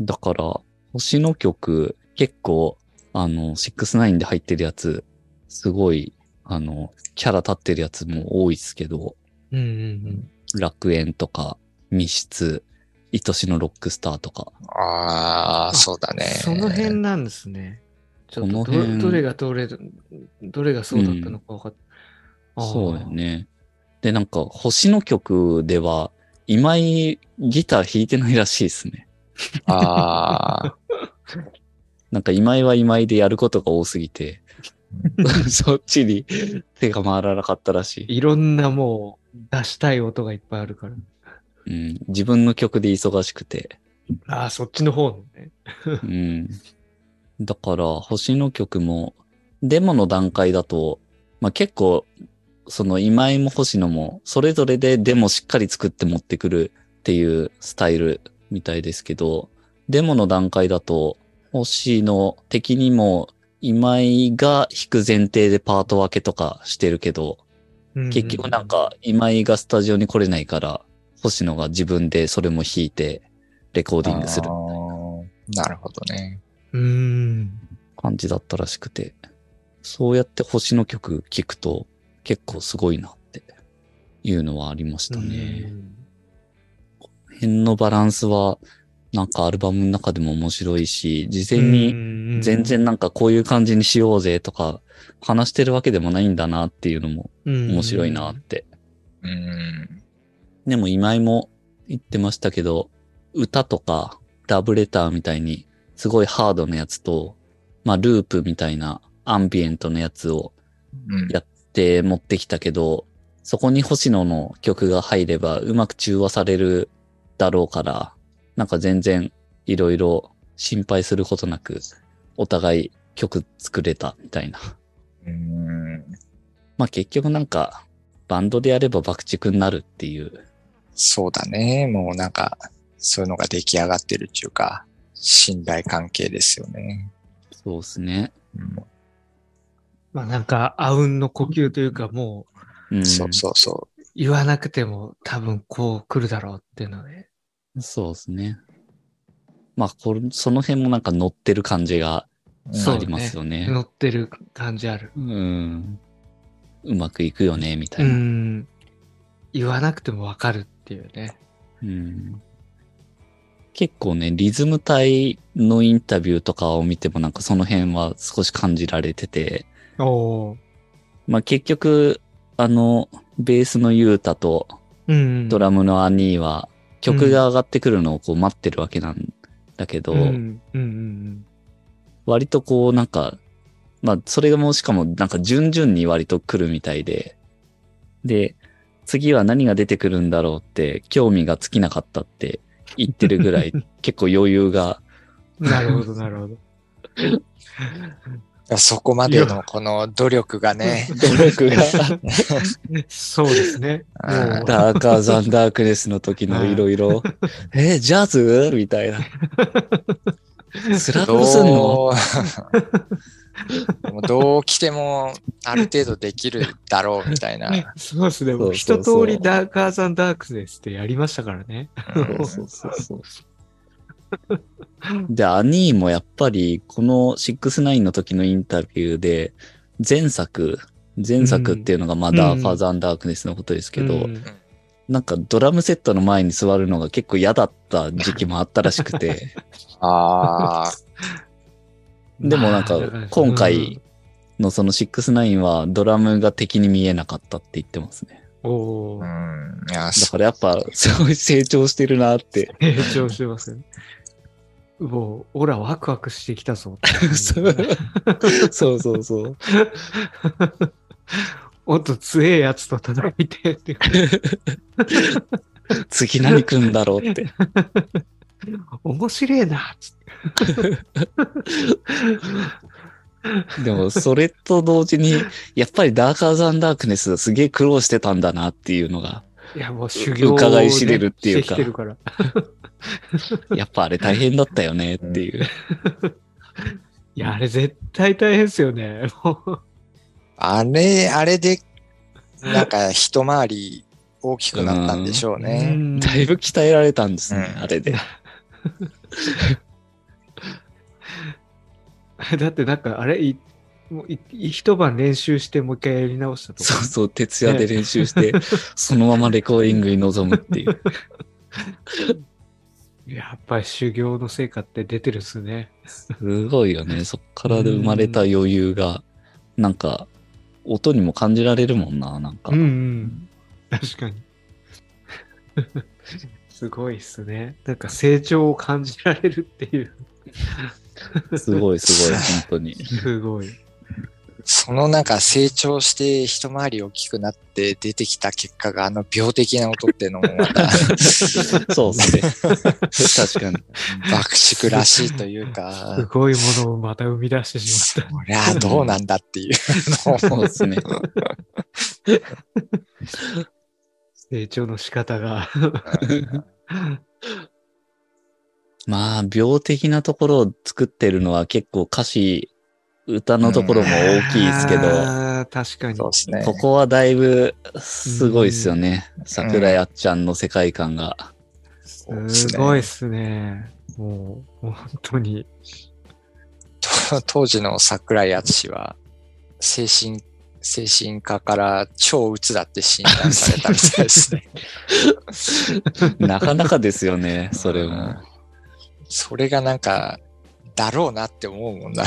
Speaker 1: だから、星野曲結構、あの、69で入ってるやつ、すごい、あの、キャラ立ってるやつも多いですけど、
Speaker 3: うんうん
Speaker 1: 楽園とか、密室、愛しのロックスターとか、
Speaker 2: ああ、そうだ
Speaker 3: うん。
Speaker 2: ね。
Speaker 3: その辺なんですね。ちょっと
Speaker 1: この
Speaker 3: ど
Speaker 1: 辺
Speaker 3: どれがどれ、どれがそうだったのか分かっあー
Speaker 1: そうだよね。で、なんか、星野曲では、今井ギター弾いてないらしいですね。
Speaker 2: ああ、
Speaker 1: なんか今井は今井でやることが多すぎ て、そっちに手が回らなかったらしい。
Speaker 3: いろんなもう出したい音がいっぱいあるから。
Speaker 1: うん、自分の曲で忙しくて。
Speaker 3: ああ、そっちの方のね。
Speaker 1: うん、だから、星の曲も、デモの段階だと、まあ、結構、その今井も星野も、それぞれでデモしっかり作って持ってくるっていうスタイルみたいですけど、デモの段階だと、星野的にも今井が弾く前提でパート分けとかしてるけど、結局なんか今井がスタジオに来れないから、星野が自分でそれも弾いてレコーディングする
Speaker 2: あーなるほどね。
Speaker 3: うん。うん。
Speaker 1: 感じだったらしくて、そうやって星の曲聴くと結構すごいなっていうのはありましたね。辺のバランスはなんかアルバムの中でも面白いし、事前に
Speaker 3: に
Speaker 1: 全然なんかこういう感じにしようぜとか話してるわけでもないんだなっていうのも面
Speaker 3: 面
Speaker 1: 白いなっ。て
Speaker 2: うん。
Speaker 1: でも今井も言ってましたけど、歌とかラブレターみたいにすごいハードなやつと、まあループみたいなアンビエントのやつを
Speaker 2: うん
Speaker 1: やって持ってきたけど、そこに星野の曲が入ればうまく中和されるだろうから、なんか全然いろいろ心配することなく、お互い曲作れたみたいな。
Speaker 2: うん
Speaker 1: まあ結局なんかバンドでやれば爆竹になるっていう。
Speaker 2: そうだね。もうなんか、そういうのが出来上がってるっていうか、信頼関係ですよね。
Speaker 1: そうですね。
Speaker 2: うん
Speaker 3: まあなんか、あうんの呼吸というか、も
Speaker 1: うん、
Speaker 2: そうそうそう
Speaker 3: 言わなくても多分こう来るだろうっていうので。
Speaker 1: そうですね。まあこれ、その辺もなんか乗ってる感じが
Speaker 2: う。
Speaker 3: そ
Speaker 1: あ
Speaker 3: う
Speaker 1: りますよね。
Speaker 3: 乗ってる感じある。
Speaker 1: うん。うまくいくよね、みた
Speaker 3: う
Speaker 1: いな。
Speaker 3: ん。言わなくてもわかるっていうね。
Speaker 1: うん結構ね、リズム隊のインタビューとかを見てもなんかその辺は少し感じられてて、
Speaker 3: おお。
Speaker 1: まあ結局、あの、ベースのユータと
Speaker 3: うん。
Speaker 1: ドラムのアニーは曲が上がってくるのをこう待ってるわけなんだけど、
Speaker 3: うんうんうんうん。
Speaker 1: 割とこうなんか、まあそれがもうしかもなんか順々に割と来るみたいで、で、次は何が出てくるんだろうって興味が尽きなかったって言ってるぐ らい結構余裕が、
Speaker 3: なるほど、なる ほど。
Speaker 2: そこまでのこの努力がね、
Speaker 1: 努力が、
Speaker 3: そうですね。もう
Speaker 1: ダーカーザンダークネスの時のいろい ろ、え、ジャズみたいな。スラップすんの
Speaker 2: どう、 もうどう来てもある程度できるだろうみたいな。
Speaker 3: そうですね。もう
Speaker 1: そうそ
Speaker 3: 一
Speaker 1: うそう
Speaker 3: 通りダーカーザンダークネスってやりましたからね。
Speaker 1: そうそうそうそう。で、アニーもやっぱり、この69の時のインタビューで、前作、前作っていうのがまあ
Speaker 3: うん
Speaker 1: ダーカーザンダークネスのことですけど、
Speaker 3: うん
Speaker 1: なんかドラムセットの前に座るのが結構嫌だった時期もあったらしくて、
Speaker 2: ああ、
Speaker 1: でもなんか
Speaker 3: まあだら
Speaker 1: 今
Speaker 3: う
Speaker 1: 回
Speaker 3: ん
Speaker 1: のその69はドラムが敵に見えなかったって言ってますね。
Speaker 3: お
Speaker 2: う
Speaker 3: ー
Speaker 2: ん。いや、
Speaker 1: だ からやっぱすごい成長してるなって。
Speaker 3: 成長してますね。 もう、オラワクワクしてきたぞって
Speaker 1: そうそうそう。
Speaker 3: もっと強えやつと戦いてえっていう。
Speaker 1: 次何来るんだろうって。
Speaker 3: 面白えなっつって。
Speaker 1: でも、それと同時に、やっぱりダーカーザンダークネスすげえ苦労してたんだなっていうのが、
Speaker 3: いや、もう修行をね
Speaker 1: 伺い知れるっていうか
Speaker 3: してきてるから。
Speaker 1: やっぱあれ大変だったよねっていう。
Speaker 3: いや、あれ絶対大変ですよね。もう
Speaker 2: あれ、あれで、なんか一回り大きくなったんでしょう
Speaker 3: う
Speaker 2: ね。
Speaker 3: ん
Speaker 1: だいぶ鍛えられたんですね、
Speaker 2: うん
Speaker 1: あれで。
Speaker 3: だってなんか、あれ、いもうい一晩練習してもう一回やり直したとか
Speaker 1: そう。そう、徹夜で練習して、そのままレコーディングに臨むっていう。
Speaker 3: やっぱり修行の成果って出てるっすね。
Speaker 1: すごいよね。そっからで生まれた余裕が、なんか、音にも感じられるもんな、なんか。
Speaker 3: うんうん。確かに。すごいっすね。なんか成長を感じられるっていう。
Speaker 1: すごいすごい、 本当に。
Speaker 3: すごい。
Speaker 2: そのなんか成長して一回り大きくなって出てきた結果があの病的な音っていうのもまた
Speaker 1: そう ですね。確かに。
Speaker 2: 爆竹らしいというか
Speaker 3: す、ごいものをまた生み出してし
Speaker 2: そ
Speaker 3: まっ
Speaker 2: りゃあどうなんだっていうのを
Speaker 1: そうですね。
Speaker 3: た。成長の仕方が。
Speaker 1: まあ、病的なところを作ってるのは結構歌詞、歌のところも大きいですけど、
Speaker 3: あー確かに。
Speaker 2: そうですね
Speaker 1: こ。こはだいぶすごいですよね。桜井あっちゃんの世界観が。
Speaker 2: そうですね
Speaker 3: ごいっすね。もう、もう本当に。
Speaker 2: と当時の桜井敦は、精神、精神科から超鬱だって診断されたみたい ですね。
Speaker 1: なかなかですよね、それも。
Speaker 2: それがなんか、だろうなって思うもんな。
Speaker 3: い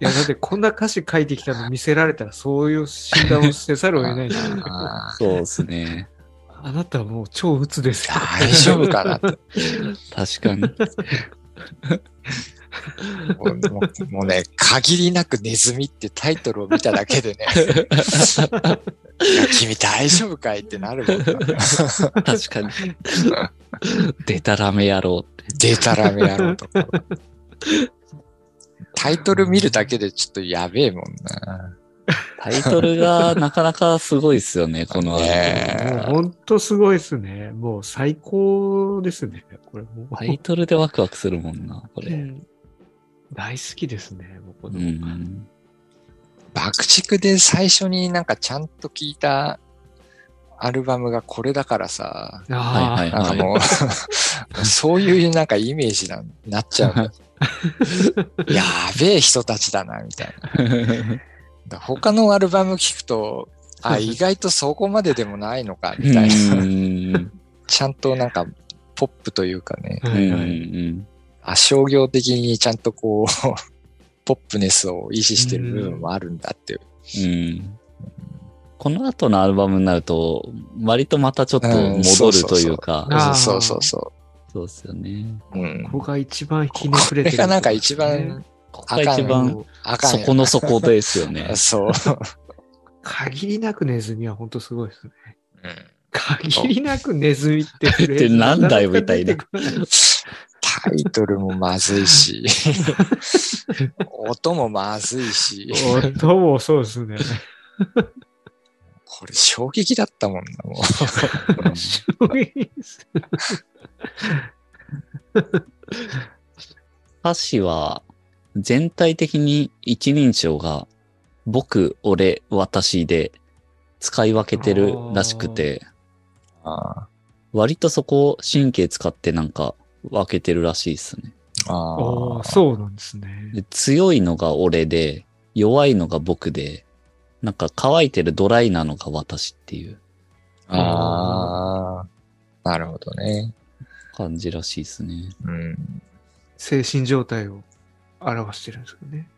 Speaker 3: や、だってこんな歌詞書いてきたの見せられたら、そういう診断をせざるを得ないじゃん。
Speaker 2: あー
Speaker 1: そうですね。
Speaker 3: あなたはもう超鬱で すよ。
Speaker 2: 大丈夫かなって。
Speaker 1: 確かに。
Speaker 2: もうもうもうね、限りなくネズミってタイトルを見ただけでね、いや君大丈夫かいってなるもんな。
Speaker 1: 確かに。でたらめ野郎って。
Speaker 2: デタラメやろうとか。タイトル見るだけでちょっとやべえもんな。
Speaker 1: タイトルがなかなかすごいです よね、このアルバム
Speaker 2: ね
Speaker 3: もう本当すごいですね。もう最高ですね。これもう、
Speaker 1: タイトルでワクワクするもんな、こ
Speaker 3: う
Speaker 1: れ。
Speaker 3: ん大好きですね。もうこ
Speaker 1: う
Speaker 3: の
Speaker 1: ん。
Speaker 2: 爆竹で最初になんかちゃんと聞いたアルバムがこれだからさ、
Speaker 3: あ
Speaker 1: はいはい
Speaker 3: ー
Speaker 2: なんかもう、 そういうなんかイメージな、なっちゃうの。やべえ人たちだな、みたいな。だ他のアルバム聞くと、あ、意外とそこまででもないのか、みたいな。
Speaker 1: うん
Speaker 2: ちゃんとなんか、ポップというかね、
Speaker 1: う
Speaker 3: はいはい
Speaker 1: ん
Speaker 2: あ商業的にちゃんとこう、 ポップネスを維持してる部分もあるんだっていう。
Speaker 1: うんこの後のアルバムになると、割とまたちょっと
Speaker 2: うん
Speaker 1: 戻るという
Speaker 3: うん
Speaker 1: か、
Speaker 3: あー
Speaker 2: そうそうそ
Speaker 1: そうですよね。
Speaker 2: う。うん。
Speaker 3: ここが一番ひね
Speaker 2: こ
Speaker 3: くれ
Speaker 2: れ
Speaker 3: てる
Speaker 2: がなんか一番、
Speaker 1: ここが一番
Speaker 3: もう
Speaker 2: あかん
Speaker 1: そ
Speaker 2: よ
Speaker 1: この底ですよね。
Speaker 2: そう。
Speaker 3: 限りなくネズミは本当すごいですね。
Speaker 2: うん
Speaker 3: 限りなくネズミってフレーズ。
Speaker 1: ってなんだよ
Speaker 3: か 出てこ
Speaker 2: タイトルもまずいし、音もまずいし、
Speaker 3: ない。どうもそうで すね。
Speaker 2: これ衝撃だったもんな、もう。
Speaker 1: 歌詞は全体的に一人称が僕、俺、私で使い分けてるらしくて、
Speaker 2: あ
Speaker 1: 割とそこを神経使ってなんか分けてるらしいですね。
Speaker 2: あ
Speaker 3: あ
Speaker 2: あ
Speaker 3: あ、そうなんですね。
Speaker 1: で強いのが俺で、弱いのが僕で、なんか乾いてるドライなのが私っていう
Speaker 2: ああ、なるほどね。
Speaker 1: 感じらしいですね。
Speaker 2: うん。
Speaker 3: 精神状態を表してるんですけどね。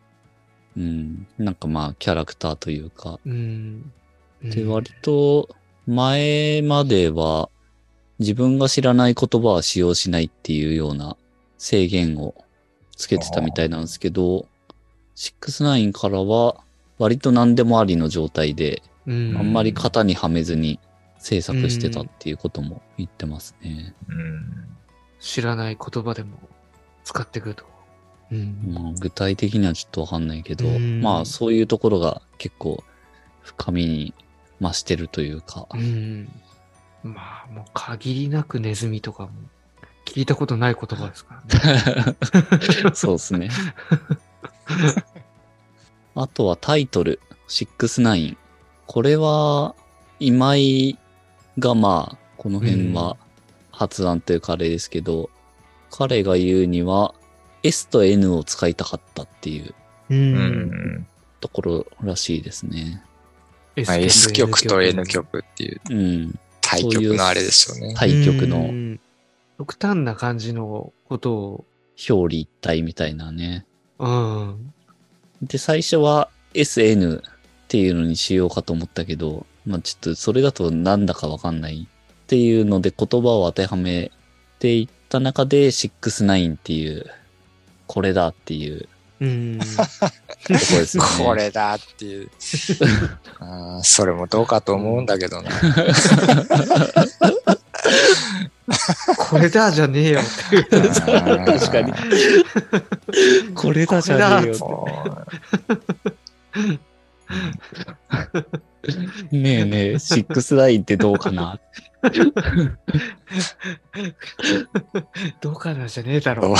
Speaker 1: うん。なんかまあキャラクターというか、
Speaker 3: うん。
Speaker 1: で、割と前までは、自分が知らない言葉は使用しないっていうような制限をつけてたみたいなんですけど、69からは割と何でもありの状態で、
Speaker 3: う
Speaker 1: あんまり型にはめずに制作してたっていうことも言ってますね。
Speaker 2: うん。
Speaker 3: 知らない言葉でも使っていくと。うん。
Speaker 1: まあ、具体的にはちょっとわかんないけど、
Speaker 3: うん
Speaker 1: まあそういうところが結構深みに増してるというか、
Speaker 3: うん。まあ、もう限りなくネズミとかも聞いたことない言葉ですからね。
Speaker 1: そうですね。あとはタイトル、69。これは、今井がまあ、この辺は発案というかあれですけど、彼が言うには、S と N を使いたかったっていう
Speaker 3: う。
Speaker 2: うんん。
Speaker 1: ところらしいですね。
Speaker 2: まあ S 曲と N 曲っていう
Speaker 1: うん。
Speaker 2: 対局のあれですよね。
Speaker 1: 対局
Speaker 3: う
Speaker 1: の
Speaker 3: ん極端な感じのことを、
Speaker 1: 表裏一体みたいなね。
Speaker 3: うん。
Speaker 1: で、最初は SN っていうのにしようかと思ったけど、まあちょっとそれだとなんだかわかんないっていうので言葉を当てはめていった中で69っていう、これだって
Speaker 2: 。
Speaker 1: いう
Speaker 3: うん。
Speaker 1: ところですね
Speaker 2: これだって いう。あーそれもどうかと思うんだけど な。
Speaker 3: これだじゃねえよっていう。
Speaker 1: 確かに。 これだじゃねえよ。
Speaker 2: もう
Speaker 1: ねえねえ、69ってどうかな
Speaker 3: どうかなじゃねえだろ
Speaker 2: ど
Speaker 3: う
Speaker 2: う。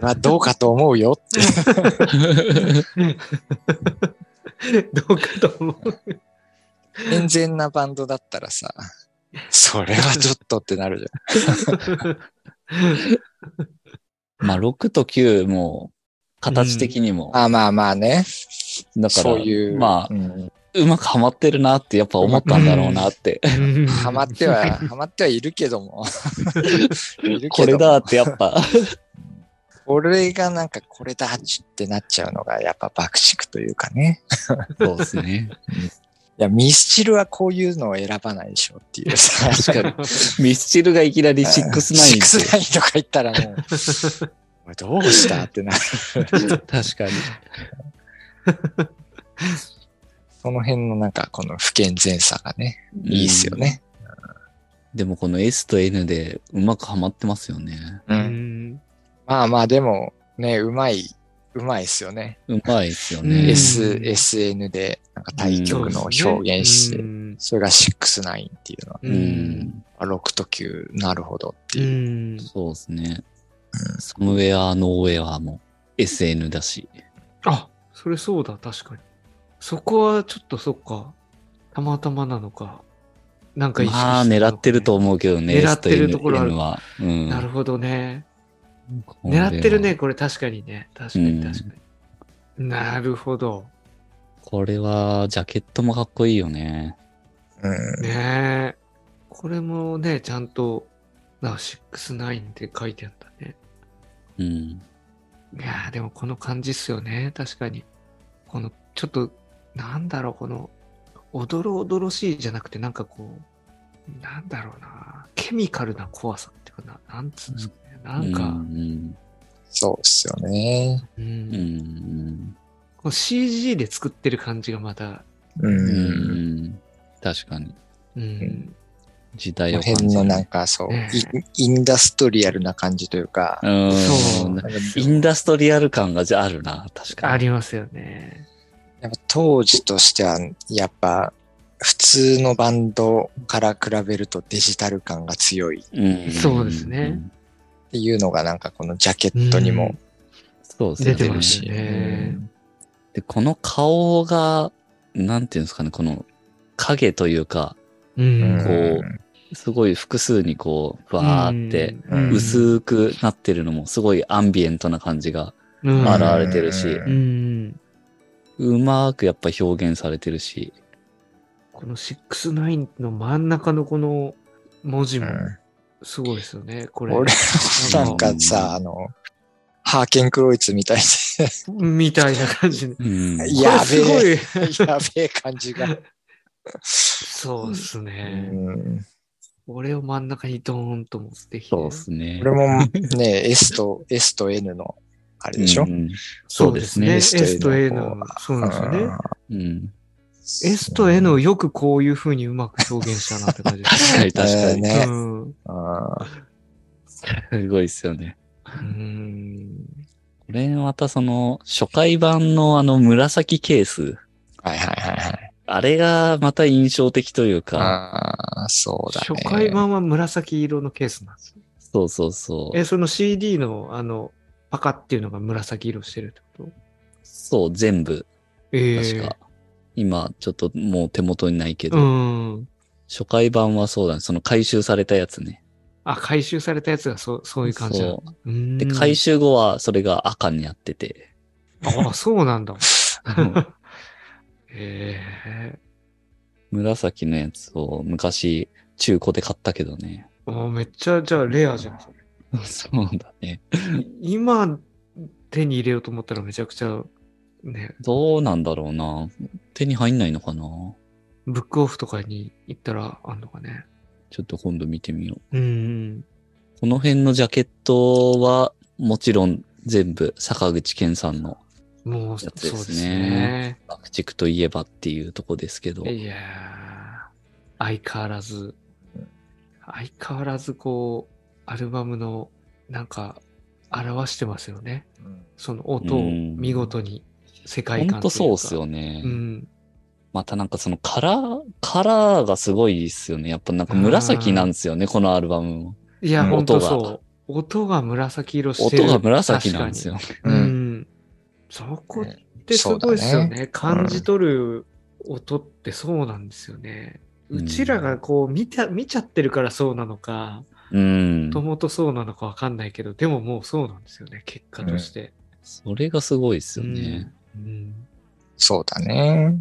Speaker 2: まあ、どうかと思うよって。
Speaker 3: どうかと思う。
Speaker 2: 健全なバンドだったらさ、それはちょっとってなるじ
Speaker 1: まあ6と9も形的にも
Speaker 2: ゃ、ん。あまあまあね。
Speaker 1: だから
Speaker 2: そういう。
Speaker 1: まあ
Speaker 2: うん
Speaker 1: うまくハマってるなってやっぱ思ったんだろうなって。
Speaker 2: ハマっては、ハマってはいるけど も。いるけども
Speaker 1: これ。だってやっ ぱ。
Speaker 2: 俺がなんかこれだってなっちゃうのが、やっぱ爆竹というかね。
Speaker 1: そうですね。
Speaker 2: いや、ミスチルはこういうのを選ばないでしょっていうさ。
Speaker 1: 確か に。ミスチルがいきなりシックスナイン
Speaker 2: シックスナインとか言ったらもう、お前どうしたってなる。
Speaker 1: 確かに。
Speaker 2: その辺のなんかこの不健全さがね、いいっすよね。
Speaker 1: でもこの S と N でうまくハマってますよね。
Speaker 2: う。
Speaker 3: うんん。
Speaker 2: まあまあでも、ね、うまい、うまいっすよね。
Speaker 1: うまいですよ
Speaker 3: うん
Speaker 1: ね。
Speaker 2: S、SN で、なんか対局の表現して、
Speaker 3: うん
Speaker 2: それが69っていうのは、
Speaker 1: う。ん。
Speaker 2: あ6と9、なるほどって
Speaker 3: う
Speaker 2: いう。
Speaker 3: ん。
Speaker 1: そうですね。サムウェア、ノーウェアも SN だし。
Speaker 3: あ、それそうだ、確かに。そこはちょっとそっか。たまたまなのか。なんか意識して
Speaker 1: まあ、狙ってると思うけどね、
Speaker 3: 狙ってるところある
Speaker 1: S と N
Speaker 3: なる
Speaker 1: は。
Speaker 3: ほどね。
Speaker 1: うん。
Speaker 3: 狙っ
Speaker 1: こ
Speaker 3: てる
Speaker 1: れは。
Speaker 3: ね、これ確かにね。確かに確かに。なるほど。
Speaker 1: これは、ジャケットもかっこいいよね。
Speaker 2: うん。
Speaker 3: ねえ。これもね、ちゃんと、な、69って書いてあったね。
Speaker 1: うん。
Speaker 3: いやーでもこの感じっすよね。確かに。この、ちょっと、なんだろう、この、おどろおどろしいじゃなくて、なんかこう、なんだろうな、ケミカルな怖さっていうかな、なんつうんですかね。なん
Speaker 1: う
Speaker 3: か、
Speaker 1: ん。
Speaker 2: そうっすよね。
Speaker 3: うん
Speaker 1: うんうん。
Speaker 3: この CG で作ってる感じがまた、
Speaker 2: う。
Speaker 1: うんん。確かに。
Speaker 3: うん、
Speaker 1: 時代
Speaker 2: こ
Speaker 1: を
Speaker 2: の
Speaker 1: 感
Speaker 2: 辺
Speaker 1: じ
Speaker 2: の
Speaker 1: る。
Speaker 2: なんかそう、
Speaker 3: ね
Speaker 2: インインダストリアルな感じというか、
Speaker 1: うん。
Speaker 3: そう
Speaker 2: なんか
Speaker 1: インダストリアル感がじゃああるな、確かに。
Speaker 3: ありますよね。
Speaker 2: やっぱ当時としては、やっぱ普通のバンドから比べるとデジタル感が強いっ
Speaker 1: うん
Speaker 3: そうですね。
Speaker 2: ていうのがなんかこのジャケットにも
Speaker 1: そうですね。
Speaker 2: 出
Speaker 3: 出
Speaker 2: て
Speaker 3: て
Speaker 2: る
Speaker 3: ます
Speaker 2: し。
Speaker 3: ねうん
Speaker 1: で、この顔が、なんていうんですかね、この影というか、
Speaker 3: う
Speaker 2: うん
Speaker 3: ん。
Speaker 1: こすごい複数にこう、わーって、
Speaker 2: うん
Speaker 1: 薄くなってるのも、すごいアンビエントな感じが、
Speaker 3: うん、
Speaker 1: 現れてるし
Speaker 2: う
Speaker 3: うんん。
Speaker 1: うまーくやっぱ表現されてるし、
Speaker 3: この69の真ん中のこの文字
Speaker 2: う
Speaker 3: も
Speaker 2: ん
Speaker 3: すごいですよね、これ。
Speaker 2: 俺もなんかさ、あの、ハーケンクロイツみたい
Speaker 3: みたいな感じで。
Speaker 1: うん。
Speaker 2: いや
Speaker 3: これすご い。
Speaker 2: で、やべえ感じが。
Speaker 3: そうです
Speaker 2: う
Speaker 3: ね。
Speaker 2: ん
Speaker 3: これを真ん中にドーンと持ってきて。
Speaker 1: そうですね。
Speaker 2: これもね、S と、S と N の、あれでしょ、
Speaker 1: うんそうですね。
Speaker 2: そう
Speaker 3: S と A の
Speaker 2: S と A の、
Speaker 3: そうなんですよね。
Speaker 1: うん。
Speaker 3: S と N をよくこういう風にうまく表現したなって感じです
Speaker 1: 確かに確かに。
Speaker 2: ねえ
Speaker 3: うん。う
Speaker 2: あ
Speaker 1: すごいですよね。
Speaker 3: ーん。
Speaker 1: これまたその、初回版のあの紫ケース。
Speaker 2: ーはいはいはいはい。
Speaker 1: あれがまた印象的というか、
Speaker 2: ああ、そうだね。
Speaker 3: 初回版は紫色のケースなんですね。
Speaker 1: そうそうそう。
Speaker 3: え、その CD のあの、パカっていうのが紫色してるってこと
Speaker 1: そう、全部。
Speaker 3: ええ
Speaker 1: 確か。今、ちょっともう手元にないけど、
Speaker 3: うん。
Speaker 1: 初回版はそうだね。その回収されたやつね。
Speaker 3: あ、回収されたやつがそう、そういう感じなの
Speaker 1: そうう
Speaker 3: ーん
Speaker 1: で、回収後はそれが赤になって て。
Speaker 3: あ、そうなんだ。
Speaker 1: うん
Speaker 3: ええ
Speaker 1: 紫のやつを昔、中古で買ったけどね。
Speaker 3: もうめっちゃ、じゃあレアじゃん。
Speaker 1: そうだね。
Speaker 3: 今、手に入れようと思ったらめちゃくちゃ、ね、
Speaker 1: どうなんだろうな。手に入んないのかな。
Speaker 3: ブックオフとかに行ったらあんのかね。
Speaker 1: ちょっと今度見てみよう。
Speaker 3: うん。
Speaker 1: この辺のジャケットは、もちろん全部坂口健さんの
Speaker 3: もう、そ
Speaker 1: や
Speaker 3: うで
Speaker 1: つですね
Speaker 3: すね。
Speaker 1: 爆竹といえばっていうとこですけど。
Speaker 3: いやー、相変わらず、相変わらずこう、アルバムの、なんか、表してますよね。
Speaker 2: うん
Speaker 3: その音
Speaker 1: う
Speaker 3: を
Speaker 1: ん
Speaker 3: 見事に世界
Speaker 1: ほ
Speaker 3: 観
Speaker 1: んとそうっす
Speaker 3: ね。
Speaker 1: よね。
Speaker 3: うん。
Speaker 1: またなんかそのカラー、カラーがすごいですよね。やっぱなんか紫なんですよね、このアルバムも。
Speaker 3: いや、
Speaker 2: うん
Speaker 3: ほんと
Speaker 1: 音
Speaker 3: そ
Speaker 1: が
Speaker 3: う。音が紫色してる。
Speaker 1: 音が紫なんですよ。
Speaker 3: 確かに。うん。そこってすごいですよ
Speaker 2: そうだ
Speaker 3: ね。感じ取る音ってそうなんですよね。
Speaker 1: うん
Speaker 3: うちらがこう見た、見ちゃってるからそうなのか、
Speaker 1: うん
Speaker 3: も。ともとそうなのかわかんないけど、でももうそうなんですよね、結果として。
Speaker 1: それがすごいですよね。
Speaker 3: うん。
Speaker 2: そうだね。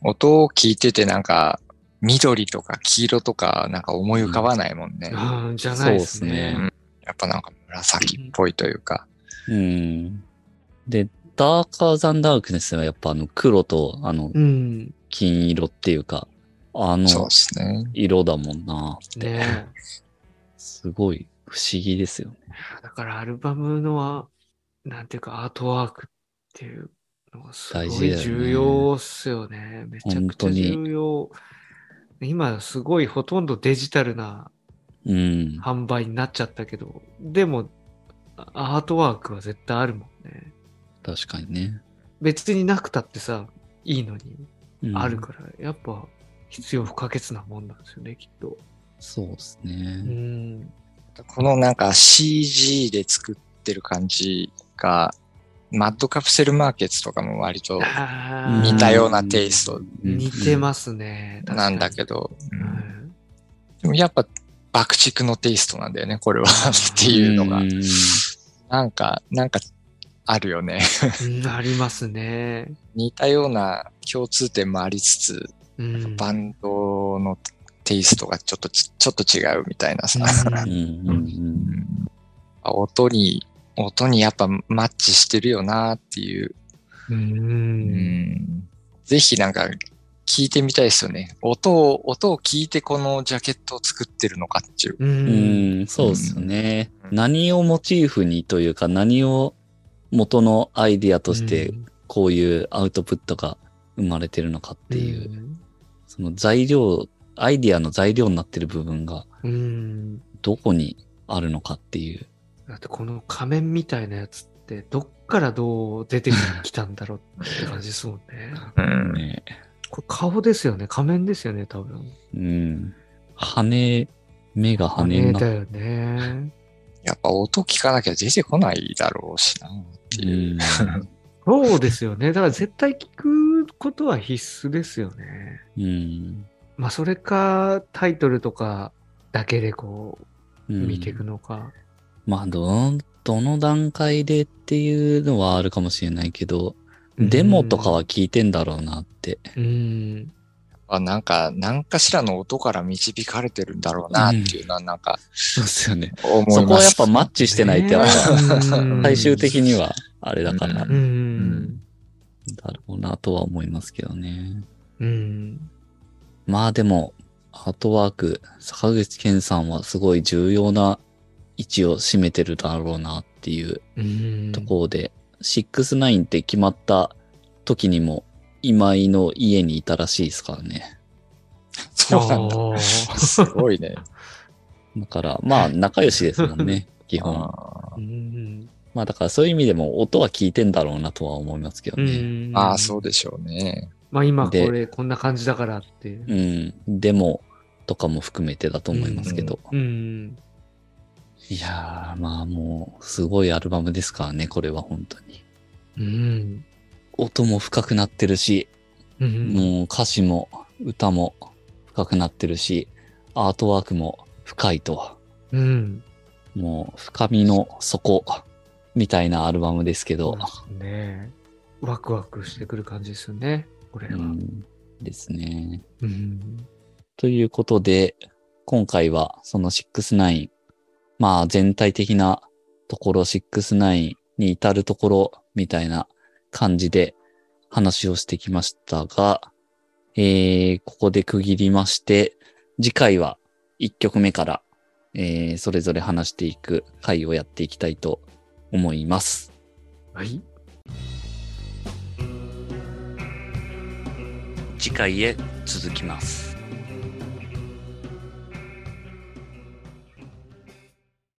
Speaker 2: 音を聞いててなんか、緑とか黄色とかなんか思い浮かばないもんね。
Speaker 3: うん、ああ、じゃないです
Speaker 1: そうっす
Speaker 3: ね
Speaker 2: ね。やっぱなんか紫っぽいというか。
Speaker 1: うん。で、ダーカーザンダークネスはやっぱあの黒とあの
Speaker 3: うん。
Speaker 1: 金色っていうか、あの
Speaker 2: そうですね。
Speaker 1: 色だもんな。
Speaker 3: ねえ
Speaker 1: すごい不思議ですよね。
Speaker 3: だからアルバムのは、なんていうかアートワークっていうのがす
Speaker 1: 大
Speaker 3: ご
Speaker 1: 事だ
Speaker 3: い
Speaker 1: よね
Speaker 3: 重要っすよね。めちゃくちゃ
Speaker 1: 本当に
Speaker 3: 重要。今すごいほとんどデジタルな
Speaker 1: うん。
Speaker 3: 販売になっちゃったけど、でもアートワークは絶対あるもんね。
Speaker 1: 確かにね。
Speaker 3: 別になくたってさ、いいのに。
Speaker 1: うん
Speaker 3: あるから、やっぱ必要不可欠なもんなんですよね、きっと。
Speaker 1: そうです
Speaker 3: う
Speaker 1: ね。
Speaker 3: ん。
Speaker 2: このなんか CG で作ってる感じが、マッドカプセルマーケットとかも割と
Speaker 3: あー
Speaker 2: 似たようなテイスト
Speaker 3: 似て
Speaker 1: す。
Speaker 3: ますね。確か
Speaker 2: な
Speaker 3: に
Speaker 2: んだけど、
Speaker 3: う
Speaker 2: うん
Speaker 3: ん
Speaker 2: でもやっぱ爆竹のテイストなんだよね、これは っていうのが
Speaker 1: う。ん
Speaker 2: なんか、なんかあるよね。
Speaker 3: うんありますね。
Speaker 2: 似たような共通点もありつつ、
Speaker 3: うん。
Speaker 2: バンドのテイストがちょっとち、 ちょっと違うみたいなさ、
Speaker 1: う
Speaker 3: うんん
Speaker 1: うんうん
Speaker 2: 音に、音にやっぱマッチしてるよなっていう、
Speaker 3: うん。
Speaker 2: ぜひなんか聞いてみたいですよね。音を、音を聞いてこのジャケットを作ってるのかっていう。
Speaker 3: う。
Speaker 1: うんん、そうですよね、
Speaker 2: うん
Speaker 1: 何をモチーフにというか、何を元のアイディアとして、こういうアウトプットが生まれてるのかっていう、
Speaker 3: うん。
Speaker 1: その材料、アイディアの材料になってる部分が
Speaker 3: うん。
Speaker 1: どこにあるのかっていう。
Speaker 3: だってこの仮面みたいなやつって、どっからどう出てきたんだろうって感じですもん ね。
Speaker 2: うん
Speaker 1: ね。
Speaker 3: これ顔ですよね。仮面ですよね、多分。
Speaker 1: うん。羽、目が羽になっ
Speaker 3: だよね。
Speaker 2: やっぱ音聞かなきゃ出てこないだろうしなっていう。
Speaker 3: そうですよね。だから絶対聞くことは必須ですよね。
Speaker 1: うん。うん。
Speaker 3: まあそれかタイトルとかだけでこ
Speaker 1: う
Speaker 3: うん見ていくのか。
Speaker 1: まあ、どの、どの段階でっていうのはあるかもしれないけど、デモとかは聞いてんだろうなって。
Speaker 3: うん。
Speaker 2: あなんか、何かしらの音から導かれてるんだろうなっていうのはなんか
Speaker 1: そうですよね。
Speaker 2: 思います。
Speaker 1: そこはやっぱマッチしてないってあるから、
Speaker 3: ね
Speaker 1: 最終的にはあれだから、
Speaker 2: う
Speaker 3: うん。
Speaker 1: だろうなとは思いますけどね。
Speaker 3: うん。
Speaker 1: まあでも、ハートワーク、坂口健さんはすごい重要な位置を占めてるだろうなっていう
Speaker 3: うん
Speaker 1: ところで、69って決まった時にも今井の家にいたらしいですからね。
Speaker 2: そうなんだ。
Speaker 3: おー
Speaker 2: すごいね。
Speaker 1: だから、まあ仲良しですもん ね、基本。
Speaker 2: あ
Speaker 3: うん
Speaker 1: まあだからそういう意味でも音は聞いてんだろうなとは思いますけど
Speaker 3: う
Speaker 1: ね。
Speaker 3: ん
Speaker 2: ーあー、そうでしょうね。
Speaker 3: まあ今こ
Speaker 1: で
Speaker 3: れこんな感じだからって。
Speaker 1: うん、でもとかも含めてだと思いますけど。
Speaker 3: うん。
Speaker 1: いやー、まあもうすごいアルバムですからね、これは本当に。
Speaker 3: うん。
Speaker 1: 音も深くなってるし、
Speaker 3: うん。
Speaker 1: もう歌詞も歌も深くなってるし、アートワークも深いと、
Speaker 3: うん。
Speaker 1: もう深みの底みたいなアルバムですけど、
Speaker 3: ねえワクワクしてくる感じですよね。これ
Speaker 1: う
Speaker 3: は。
Speaker 1: ん、ですね。
Speaker 3: うん。
Speaker 1: ということで、今回はその69、まあ全体的なところ69に至るところみたいな感じで話をしてきましたが、えー、ここで区切りまして、次回は1曲目から、えー、それぞれ話していく回をやっていきたいと思います。
Speaker 3: はい。
Speaker 1: 次回へ続きます。